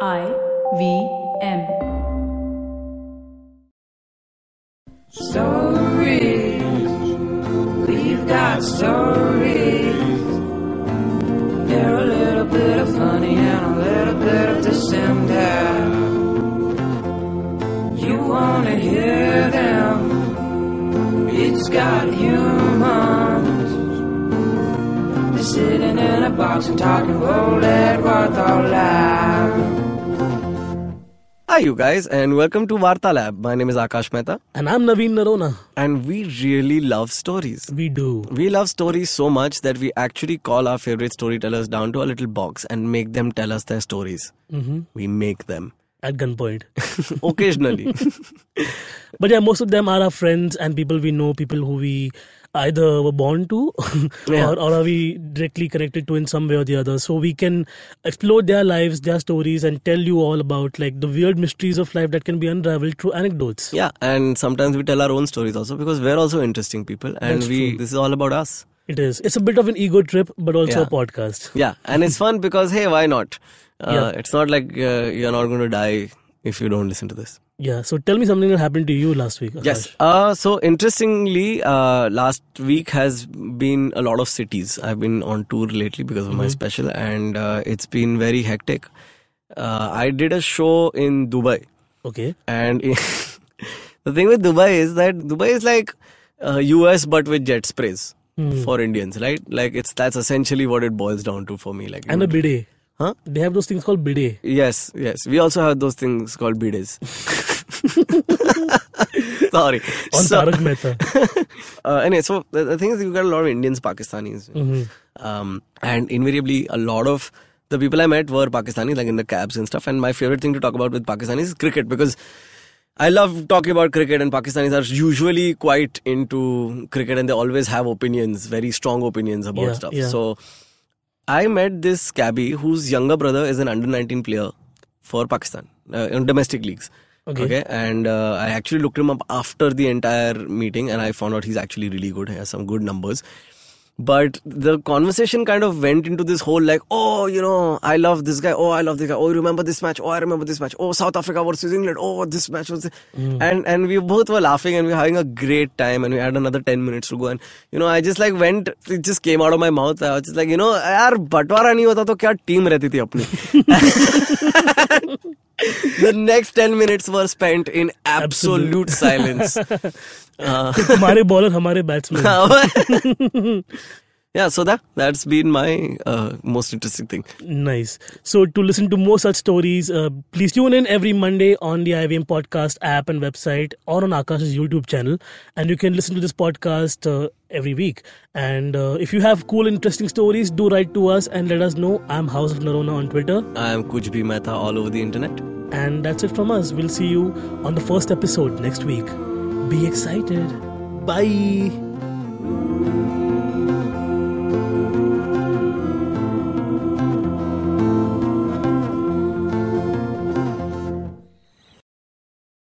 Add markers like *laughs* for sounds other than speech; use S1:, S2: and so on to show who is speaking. S1: I V M.
S2: Stories. We've got stories. They're a little bit of funny and a little bit of dissembler. You wanna hear them? It's got humans. They're sitting in a box and talking old Edward all live.
S3: Hi, you guys, and welcome to Varta Lab. My name is Akash Mehta,
S4: And I'm Naveen Narona.
S3: and we really love stories.
S4: We do.
S3: We love stories so much that we actually call our favorite storytellers down to a little box and make them tell us their stories. Mm-hmm. We make them
S4: At gunpoint. *laughs*
S3: occasionally.
S4: but yeah, most of them are our friends and people we know, people who we either were born to *laughs*
S3: Yeah.
S4: or, or are we directly connected to in some way or the other. So we can explore their lives, their stories, and tell you all about like the weird mysteries of life that can be unraveled through anecdotes.
S3: yeah, and sometimes we tell our own stories also because we're also interesting people, and
S4: That's
S3: we
S4: true.
S3: this is all about us.
S4: It is. It's a bit of an ego trip, but also a
S3: Yeah.
S4: podcast.
S3: Yeah, and it's fun because hey, why not? Uh,
S4: Yeah.
S3: It's not like uh, you're not going to die if you don't listen to this.
S4: Yeah. So tell me something that happened to you last week. Akash.
S3: Yes. Uh, so interestingly, uh, last week has been a lot of cities. I've been on tour lately because of
S4: Mm-hmm.
S3: my special, and uh, it's been very hectic. Uh, I did a show in Dubai,
S4: Okay.
S3: and *laughs* the thing with Dubai is that Dubai is like uh, US but with jet sprays
S4: Hmm.
S3: for Indians, right? Like it's that's essentially what it boils down to for me. Like,
S4: And a bidet.
S3: huh?
S4: They have those things called bidet.
S3: Yes, yes. We also have those things called
S4: *laughs*
S3: bidets. *laughs* Sorry.
S4: On
S3: So-
S4: Tarak Mehta. *laughs*
S3: *laughs* uh, anyway, so the, the thing is, you got a lot of Indians, Pakistanis, you know.
S4: Mm-hmm.
S3: um, and invariably a lot of the people I met were Pakistani, like in the cabs and stuff. And my favorite thing to talk about with Pakistanis is cricket because I love talking about cricket, and Pakistanis are usually quite into cricket, and they always have opinions, very strong opinions about
S4: Yeah,
S3: stuff.
S4: yeah.
S3: So I met this cabbie whose younger brother is an under 19 player for Pakistan uh, in domestic leagues.
S4: Okay.
S3: And uh, I actually looked him up after the entire meeting and I found out he's actually really good. He has some good numbers. But the conversation kind of went into this whole like, oh, you know, I love this guy. Oh, I love this guy. Oh, you remember this match? Oh, I remember this match. Oh, South Africa versus England. Oh, this match was. And and we both were laughing and we were having a great time and we had another 10 minutes to go. And, you know, I just like went, it just came out of my mouth. I was just like, you know, यार बंटवारा नहीं होता तो क्या team रहती थी अपनी the next 10 minutes were spent in absolute, silence. Uh,
S4: हमारे बॉलर हमारे batsman
S3: yeah, so that that's been my uh, most interesting thing.
S4: Nice. So, to listen to more such stories, uh, please tune in every Monday on the IVM podcast app and website or on Akash's YouTube channel. And you can listen to this podcast uh, every week. And uh, if you have cool, interesting stories, do write to us and let us know. I'm House of Narona on Twitter.
S3: I am Kuch Bhi Mehta all over the internet.
S4: And that's it from us. We'll see you on the first episode next week. Be excited. Bye.